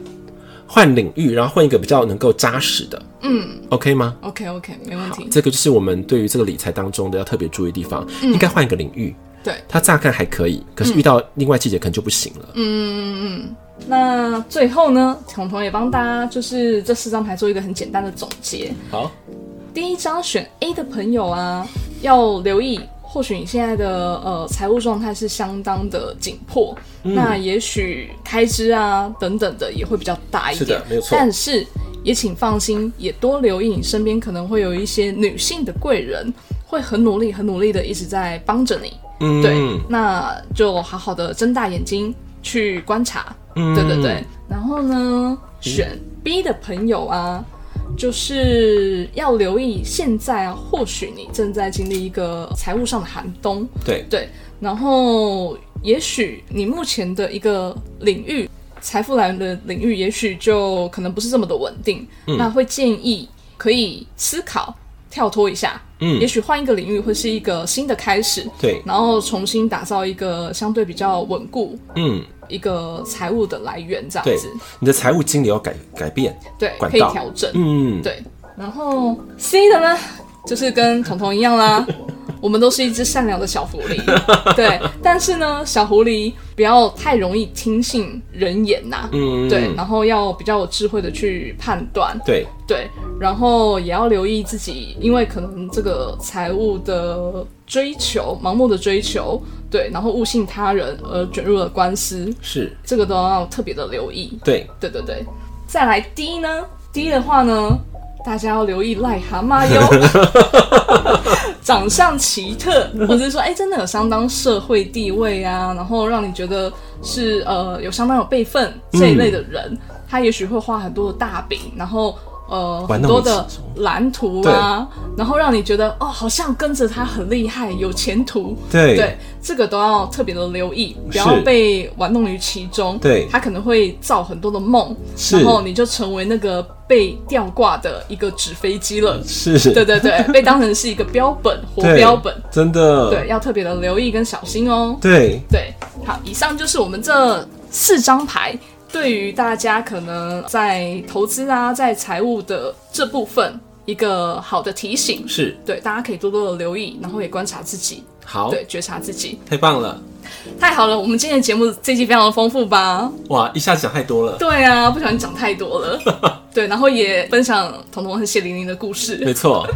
换领域，然后换一个比较能够扎实的嗯，OK 吗？ ，OK OK，没问题，这个就是我们对于这个理财当中的要特别注意的地方，嗯应该换一个领域。对它乍看还可以，可是遇到另外季节可能就不行了。嗯，那最后呢，彤彤也帮大家就是这四张牌做一个很简单的总结。好，第一张选 A 的朋友啊，要留意，或许你现在的呃财务状态是相当的紧迫，嗯那也许开支啊等等的也会比较大一是点的，没有错但是也请放心，也多留意你身边可能会有一些女性的贵人，会很努力、很努力的一直在帮着你。嗯，对，那就好好的睁大眼睛去观察。嗯对对对，，然后呢，选 B 的朋友啊，就是要留意现在啊，或许你正在经历一个财务上的寒冬，对，对，然后也许你目前的一个领域，财富来源的领域，也许就可能不是这么的稳定，嗯那会建议可以思考跳脱一下，嗯也许换一个领域会是一个新的开始，对，然后重新打造一个相对比较稳固嗯，一个财务的来源，这对样子，你的财务经理要改改变，对，管可以道调整，嗯，对。然后 C 的呢，就是跟彤彤一样啦， 我们都是一只善良的小狐狸，对。但是呢，小狐狸不要太容易听信人言呐、嗯，对，然后要比较有智慧的去判断，对，对，然后也要留意自己，因为可能这个财务的追求，盲目的追求，对，然后误信他人而卷入了官司，是，这个都要特别的留意。对，对对对，再来 D 呢？D 的话呢，大家要留意癞蛤蟆哟，长相奇特，或者是说，哎、真的有相当社会地位啊，然后让你觉得是呃有相当有辈分这一类的人，他也许会画很多的大饼，然后。呃，玩很弄多你的其中蓝图啊，然后让你觉得哦，好像跟着他很厉害，有前途。对，对，这个都要特别的留意，不要是被玩弄于其中。对他可能会造很多的梦，是然后你就成为那个被吊挂的一个纸飞机了。是，对 对对，被当成是一个标本，活对标本。真的，对，要特别的留意跟小心哦。对，对，好，以上就是我们这四张牌对于大家可能在投资啊，在财务的这部分一个好的提醒。是，对，大家可以多多的留意，然后也观察自己，好，对，觉察自己。太棒了，太好了，我们今天的节目这期非常的丰富吧？哇，一下子讲太多了，对啊，不小心讲太多了。对，然后也分享彤彤和谢玲玲的故没事。 错，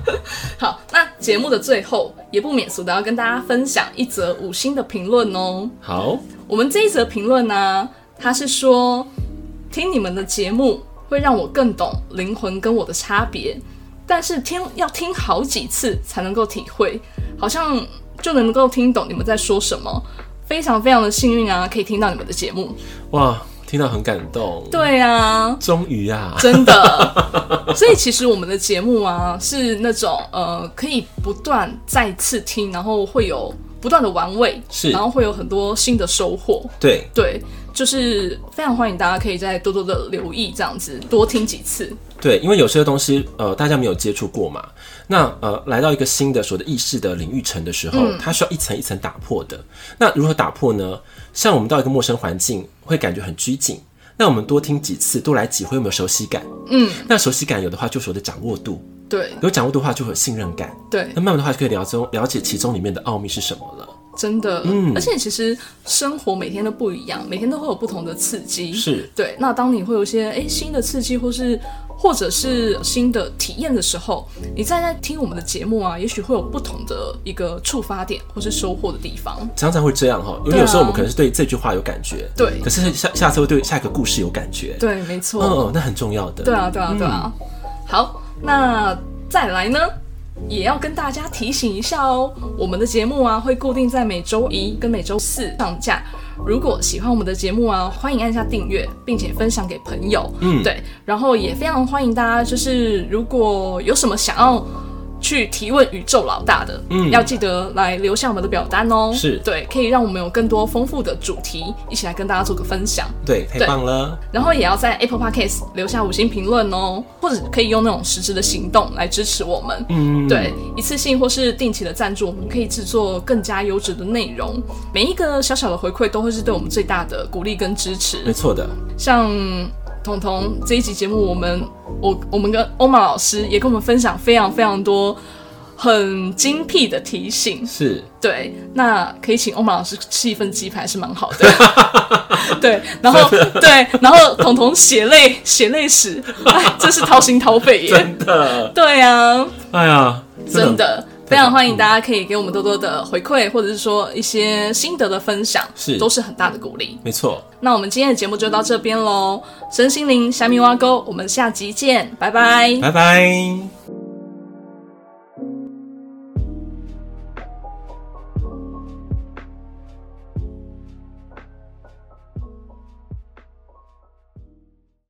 好，那节目的最后也不免俗的要跟大家分享一则五星的评论哦。好，我们这一则评论呢、它是说听你们的节目会让我更懂灵魂跟我的差别，但是听要听好几次才能够体会，好像就能够听懂你们在说什么。非常非常的幸运啊，可以听到你们的节目。哇，听到很感动，，对啊，终于啊，真的。所以其实我们的节目啊，是那种呃，可以不断再次听，然后会有不断的玩味，是然后会有很多新的收获。对，对，就是非常欢迎大家可以再多多的留意，这样子多听几次。对，因为有些东西，呃，大家没有接触过嘛。那呃，来到一个新的所谓的意识的领域层的时候，嗯它需要一层一层打破的。那如何打破呢？像我们到一个陌生环境，会感觉很拘谨。那我们多听几次，多来几回，有没有熟悉感？嗯，那熟悉感有的话，就所谓的掌握度；对有掌握度的话，就会有信任感。对那，慢慢的话，就可以了中了解其中里面的奥秘是什么了。真的。嗯而且其实生活每天都不一样，每天都会有不同的刺激。是，对，那当你会有一些诶新的刺激，或是或者是新的体验的时候，你再在听我们的节目啊，也许会有不同的一个触发点或是收获的地方。常常会这样哈，因为对啊有时候我们可能是对这句话有感觉，对可是下下次会对下一个故事有感觉。，对，没错。嗯，那很重要的。嗯对啊，对啊，对啊。好，那再来呢，也要跟大家提醒一下哦，我们的节目啊会固定在每周一跟每周四上架。如果喜欢我们的节目啊，欢迎按下订阅，并且分享给朋友。嗯对，然后也非常欢迎大家，就是如果有什么想要。去提问宇宙老大的，嗯要记得来留下我们的表单哦。是对，可以让我们有更多丰富的主题，一起来跟大家做个分享。对，太对棒了。然后也要在 Apple Podcast 留下五星评论哦，或者可以用那种实质的行动来支持我们。嗯，对，一次性或是定期的赞助，我们可以制作更加优质的内容。每一个小小的回馈都会是对我们最大的鼓励跟支没持。错的，像彤彤这一集节目，我们我我们跟欧玛老师也跟我们分享非常非常多很精辟的提醒。是对，那可以请欧玛老师吃一份鸡排是蛮好的。 对，然后对，然后彤彤血泪血泪史， 哎，真是掏心掏肺耶。真的，对啊，哎呀，真的的非常欢迎大家可以给我们多多的回馈，或者是说一些心得的分享，是都是很大的鼓励。没错，那我们今天的节目就到这边喽，身心灵虾米挖沟，我们下集见，拜拜拜拜。